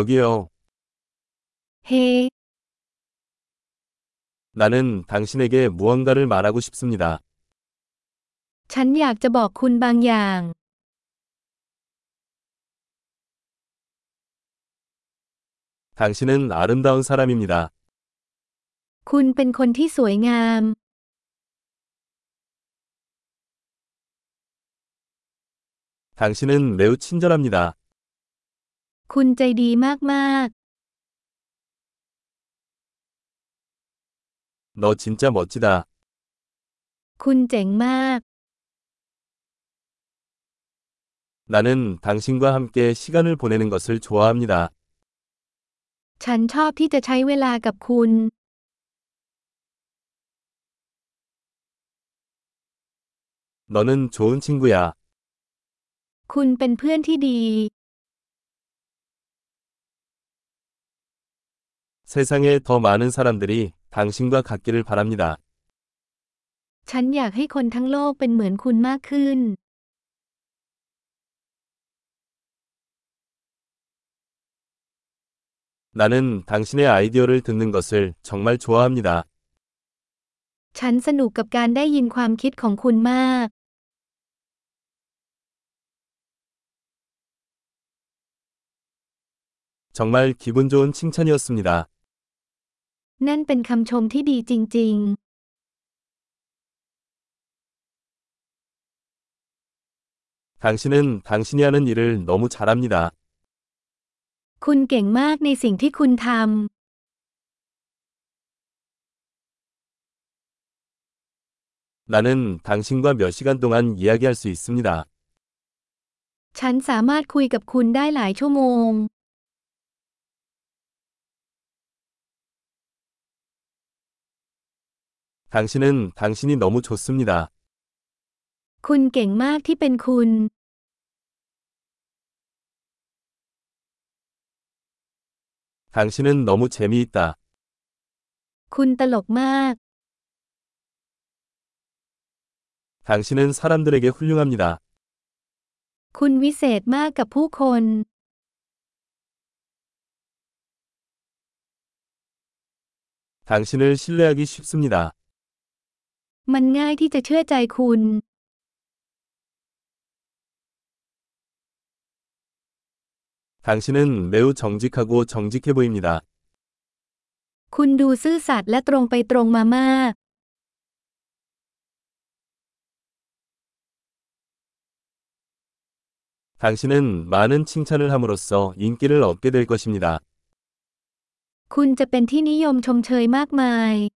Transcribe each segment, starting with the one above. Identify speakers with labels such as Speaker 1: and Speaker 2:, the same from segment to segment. Speaker 1: 여기요.
Speaker 2: 해,
Speaker 1: 나는 당신에게 무언가를 말하고 싶습니다.
Speaker 2: ฉันอยากจะบอกคุณบางอย่าง
Speaker 1: 당신은 아름다운 사람입니다.
Speaker 2: คุณเป็นคนที่สวยงาม
Speaker 1: 당신은 매우 친절합니다.
Speaker 2: คุณใจดีมาก
Speaker 1: 너 진짜 멋지다.
Speaker 2: ๆ คุณเจ๋งมาก
Speaker 1: 나는 당신과 함께 시간을 보내는 것을 좋아합니다.
Speaker 2: ฉันชอบที่จะใช้เวลากับคุณ
Speaker 1: 너는 좋은 친구야.
Speaker 2: คุณเป็นเพื่อนที่ดี
Speaker 1: 세상에 더 많은 사람들이 당신과 같기를 바랍니다.
Speaker 2: ฉันอยากให้คนทั้งโลกเป็นเหมือนคุณมากขึ้น
Speaker 1: 나는 당신의 아이디어를 듣는 것을 정말 좋아합니다.
Speaker 2: ฉันสนุกกับการได้ยินความคิดของคุณมาก
Speaker 1: 정말 기분 좋은 칭찬이었습니다.
Speaker 2: นั่นเป็นคำชมที่ดีจริง
Speaker 1: 당신은 당신이 하는 일을 너무 잘합니다.
Speaker 2: ๆ คุณเก่งมากในสิ่งที่คุณทำ
Speaker 1: 나는 당신과 몇 시간 동안 이야기할 수 있습니다.
Speaker 2: ฉันสามารถคุยกับคุณได้หลายชั่วโมง
Speaker 1: 당신은 당신이 너무 좋습니다.
Speaker 2: คุณเก่งมากที่เป็นคุณ
Speaker 1: 당신은 너무 재미있다.
Speaker 2: คุณตลกมาก
Speaker 1: 당신은 사람들에게 훌륭합니다.
Speaker 2: คุณวิเศษมากกับผู้คน
Speaker 1: 당신을 신뢰하기 쉽습니다.
Speaker 2: มันง่ายที่จะเชื่อใจคุณ
Speaker 1: 당신은 매우 정직하고 정직해 보입니다.
Speaker 2: คุณดูซื่อสัตย์และตรงไปตรงมามาก
Speaker 1: 당신은 많은 칭찬을 함으로써 인기를 얻게 될 것입니다.
Speaker 2: คุณจะเป็นที่นิยมชมเชยมากมาย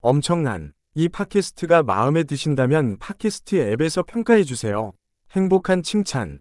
Speaker 3: 엄청난 이 팟캐스트가 마음에 드신다면 팟캐스트 앱에서 평가해 주세요. 행복한 칭찬